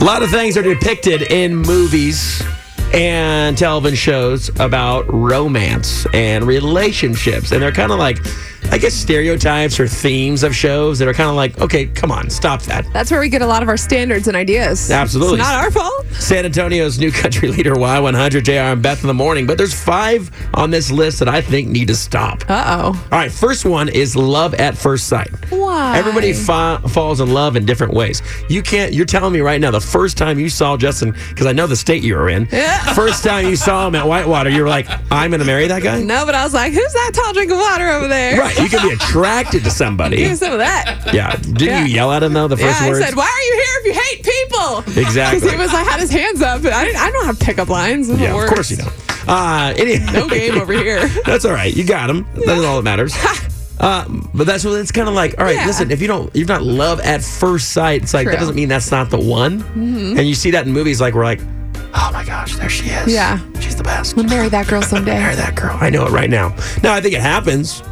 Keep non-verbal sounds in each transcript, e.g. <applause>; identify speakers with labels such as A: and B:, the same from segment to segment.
A: A lot of things are depicted in movies and television shows about romance and relationships. And they're kind of like, I guess, stereotypes or themes of shows that are kind of like, okay, come on, stop that.
B: That's where we get a lot of our standards and ideas.
A: Absolutely.
B: It's not our fault.
A: San Antonio's new <laughs> country leader, Y100, JR and Beth in the morning. But there's five on this list that I think need to stop.
B: Uh oh.
A: All right, first one is love at first sight.
B: Why?
A: Everybody fa- falls in love in different ways. You can't. You're telling me right now the first time you saw Justin, because I know the state you were in.
B: <laughs>
A: First time you saw him at Whitewater, you were like, "I'm going to marry that
B: <laughs>
A: guy."
B: No, but I was like, who's that tall drink of water over there?
A: Right. You can be attracted to somebody.
B: Give me some of that.
A: Yeah. Didn't
B: Yeah.
A: you yell at him though? The
B: Yeah,
A: first
B: I
A: words.
B: said, why are you here if you hate people? <laughs>
A: Exactly.
B: Because he was, I had his hands up. I, didn't, I don't have pickup lines. This is the
A: yeah. Of
B: worst.
A: course you don't. Uh, any-
B: No game over <laughs> here.
A: That's all right. You got him. That's all that
B: <laughs>
A: matters. Uh, but that's what it's kind of like. All right,
B: Yeah.
A: listen. If you don't, you're not love at first sight. It's like that
B: True. Mm-hmm.
A: doesn't mean that's not the one. And you see that in movies, like we're like, oh my gosh, there she is.
B: Yeah.
A: she's the best.
B: I'm gonna marry that girl
A: Marry
B: someday.
A: that girl. I know it right now. No, I think it happens,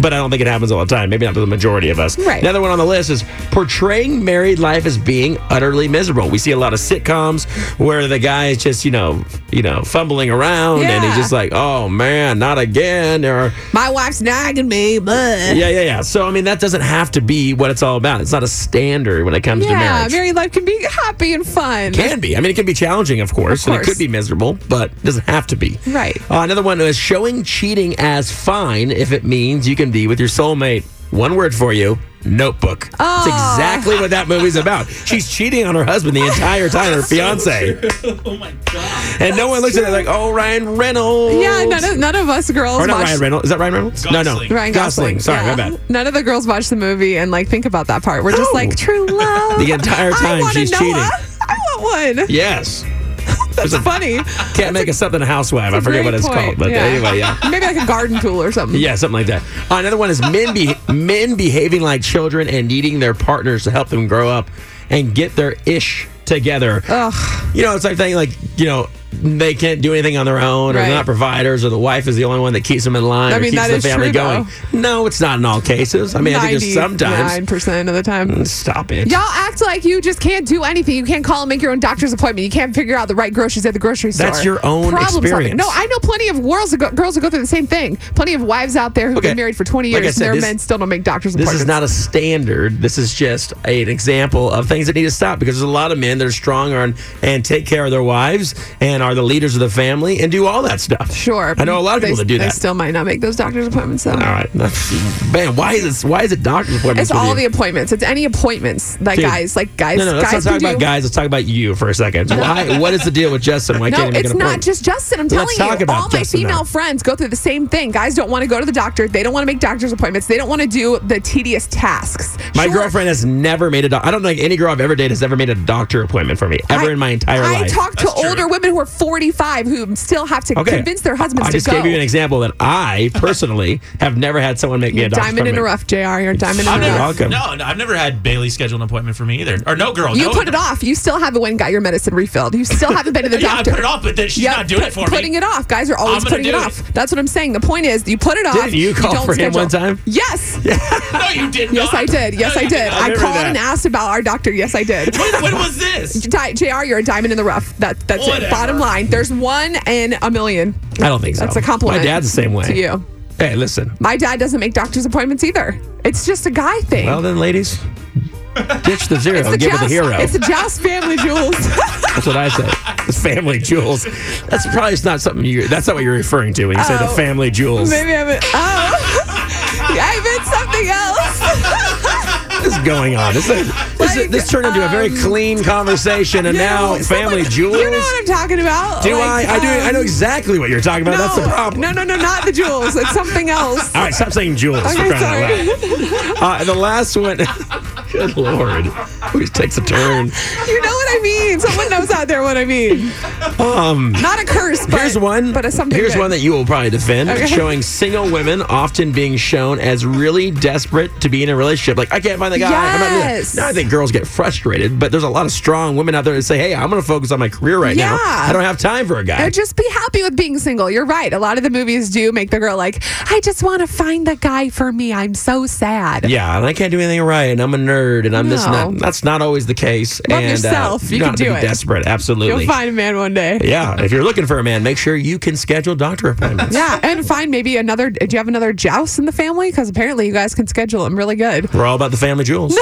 A: but I don't think it happens all the time. Maybe not to the majority of us.
B: Right.
A: Another one on the list is portraying married life as being utterly miserable. We see a lot of sitcoms where the guy is just you know you know fumbling around and he's
B: Yeah.
A: just like, oh man, not again, or
B: My wife's nagging me, but
A: yeah, yeah, yeah. So I mean, that doesn't have to be what it's all about. It's not a standard when it comes to marriage.
B: married life can be happy and fun.
A: It can be. I mean, it can be challenging, of course, and it
B: course.
A: could be miserable, but it doesn't have to be.
B: Right.
A: Uh, another one is showing cheating as fine if it means you can be with your soulmate. One word for you. Notebook. That's
B: Oh.
A: exactly what that movie's about.
B: <laughs>
A: She's cheating on her husband the entire time, her fiance. oh my god! <laughs> And no one looks at it like, "Oh, Ryan Reynolds."
B: Yeah, none of, none of us girls
A: or not
B: watch
A: Ryan Reynolds. Is that Ryan Reynolds? No, no,
C: Gosling.
B: Ryan
A: Gosling.
B: Gosling.
A: Sorry,
B: yeah.
A: my bad.
B: None of the girls watch the movie and like think about that part. We're just
A: No.
B: like true love.
A: <laughs> The entire time
B: I want
A: she's
B: a Noah.
A: cheating.
B: I
A: <laughs>
B: want one.
A: Yes.
B: That's funny.
A: Can't make a something a housewife. I forget
B: Great
A: what it's
B: point.
A: called, but anyway, yeah.
B: <laughs> Maybe like a garden tool or something.
A: Yeah, something like that. Another one is men
B: <laughs>
A: be- men behaving like children and needing their partners to help them grow up and get their ish together.
B: Ugh.
A: You know, it's like thing like you know they can't do anything on their own, or
B: Right.
A: they're not providers, or the wife is the only one that keeps them in line
B: I
A: or
B: mean,
A: keeps
B: that
A: the
B: is
A: family
B: true,
A: going. No, it's not in all cases. I mean, I think there's sometimes. Mm.
B: 99% of the time.
A: Stop it.
B: Y'all act like you just can't do anything. You can't call and make your own doctor's appointment. You can't figure out the right groceries at the grocery store.
A: That's your own
B: Problem
A: experience.
B: Solving. No, I know plenty of girls who, go, girls who go through the same thing. Plenty of wives out there who've
A: Okay.
B: been married for 20
A: Like I
B: years
A: said,
B: and their
A: this-
B: men still don't make doctor's
A: This
B: appointments.
A: is not a standard. This is just a- an example of things that need to stop because there's a lot of men that are strong and, and take care of their wives and are the leaders of the family and do all that stuff.
B: Sure.
A: I know a lot of
B: They-
A: people that do
B: They
A: that.
B: still might not make those doctor's appointments, though.
A: all right. That's- man, why is it, why is it doctor's appointments?
B: It's
A: with
B: all the
A: you?
B: appointments. It's any appointments that
A: Dude.
B: guys, like guys,
A: No, no, let's
B: guys
A: not
B: who
A: talk about
B: do.
A: guys. Let's talk about you for a second. Why? What is the deal with Justin? Why
B: No,
A: can't he make
B: it's
A: an
B: not
A: appointment?
B: just Justin. I'm
A: Let's
B: telling
A: talk
B: you,
A: about
B: all my
A: Justin,
B: female
A: though.
B: friends go through the same thing. Guys don't want to go to the doctor. They don't want to make doctor's appointments. They don't want to do the tedious tasks.
A: my
B: Sure,
A: girlfriend has never made a doc I don't think any girl I've ever dated has ever made a doctor appointment for me ever
B: I-
A: in my entire
B: I
A: life.
B: talk to
C: That's true.
B: older women who are 45 who still have to
A: Okay.
B: convince their husbands
A: I
B: to
A: just
B: go.
A: gave you an example that I
B: <laughs>
A: personally have never had someone make me a doctor
B: diamond in a
A: appointment.
B: rough, Jr. You're a diamond in
C: I've
B: a
A: You're
C: never,
B: rough.
A: welcome.
C: No, no, I've never had Bailey schedule an appointment for me either. Or no, girl.
B: You
C: no,
B: put it off. You still haven't went and got your medicine refilled. You still haven't been
A: <laughs>
B: to the
C: Yeah, I
B: doctor.
C: put it off, but then she's
B: Yep,
C: not doing
B: put-
C: it for
B: putting
C: me.
B: it off. Guys are always
C: I'm gonna
B: putting it
C: do
B: off. That's what I'm saying. The point is, you put it off.
A: Didn't you call
B: don't
A: for him one
B: schedule.
A: time?
B: Yes. <laughs>
C: No, you did
B: Yes,
C: not.
B: I did.
A: <laughs>
B: Yes,
C: No,
B: I
C: you
B: did.
C: not.
B: I,
A: remember
B: called
A: that.
B: and asked about our doctor. Yes, I did.
A: <laughs>
C: When, when was
B: <laughs>
C: this?
B: Di- Jr., you're a diamond in the rough. That, that's it.
C: Whatever.
B: Bottom line, there's one in a million.
A: I don't think so.
B: That's a compliment
A: My dad's the same way.
B: to you.
A: Hey, listen.
B: My dad doesn't make doctor's appointments either. It's just a guy thing.
A: Well then, ladies, ditch the zero,
B: it's the
A: give it the
B: Joust-
A: hero.
B: It's the Joust family jewels. <laughs>
A: that's what I say. It's family jewels. That's probably not something you. That's not what you're referring to when you say the
B: Oh.
A: family jewels.
B: Maybe I meant. Oh, <laughs> I meant something else.
A: What is going on? This, is- this, is-
B: Like,
A: this turned into a very
B: um,
A: clean conversation, and now
B: No,
A: family
B: someone-
A: jewels.
B: You know what I'm talking about?
A: do
B: Like,
A: I? I do. I know
B: um,
A: exactly what you're talking about. that's the
B: no.
A: problem.
B: No, no, no, not the jewels. It's something
A: <laughs>
B: else.
A: All right, stop saying jewels. for
B: Okay,
A: crying out
B: sorry.
A: loud.
B: <laughs>
A: Uh, the last one. <laughs> Good lord, always takes a turn.
B: You know what I mean? Someone knows out there what I mean.
A: Um.
B: Not a curse, but
A: Here's one.
B: But a something.
A: Here's
B: good.
A: one that you will probably defend.
B: Okay.
A: Showing single women often being shown as really desperate to be in a relationship. Like I can't find the guy. I'm not doing that.
B: Yes.
A: Now I think girls get frustrated, but there's a lot of strong women out there that say, "Hey, I'm going to focus on my career right now.
B: Yeah.
A: I don't have time for a guy."
B: Or just be happy with being single. You're right. A lot of the movies do make the girl like, I just want to find the guy for me. I'm so sad.
A: yeah, and I can't do anything right, and I'm a nerd, and I'm this and that.
B: No.
A: That's That's not always the case.
B: Love
A: and, uh,
B: yourself.
A: don't
B: You can
A: have to
B: do
A: be
B: it.
A: Desperate,
B: You'll
A: absolutely.
B: find a man one day.
A: yeah, if you're looking for a man, make sure you can schedule doctor appointments.
B: <laughs> Yeah, and find maybe another. Do you have another joust in the family? Because apparently you guys can schedule them really good.
A: We're all about the family jewels.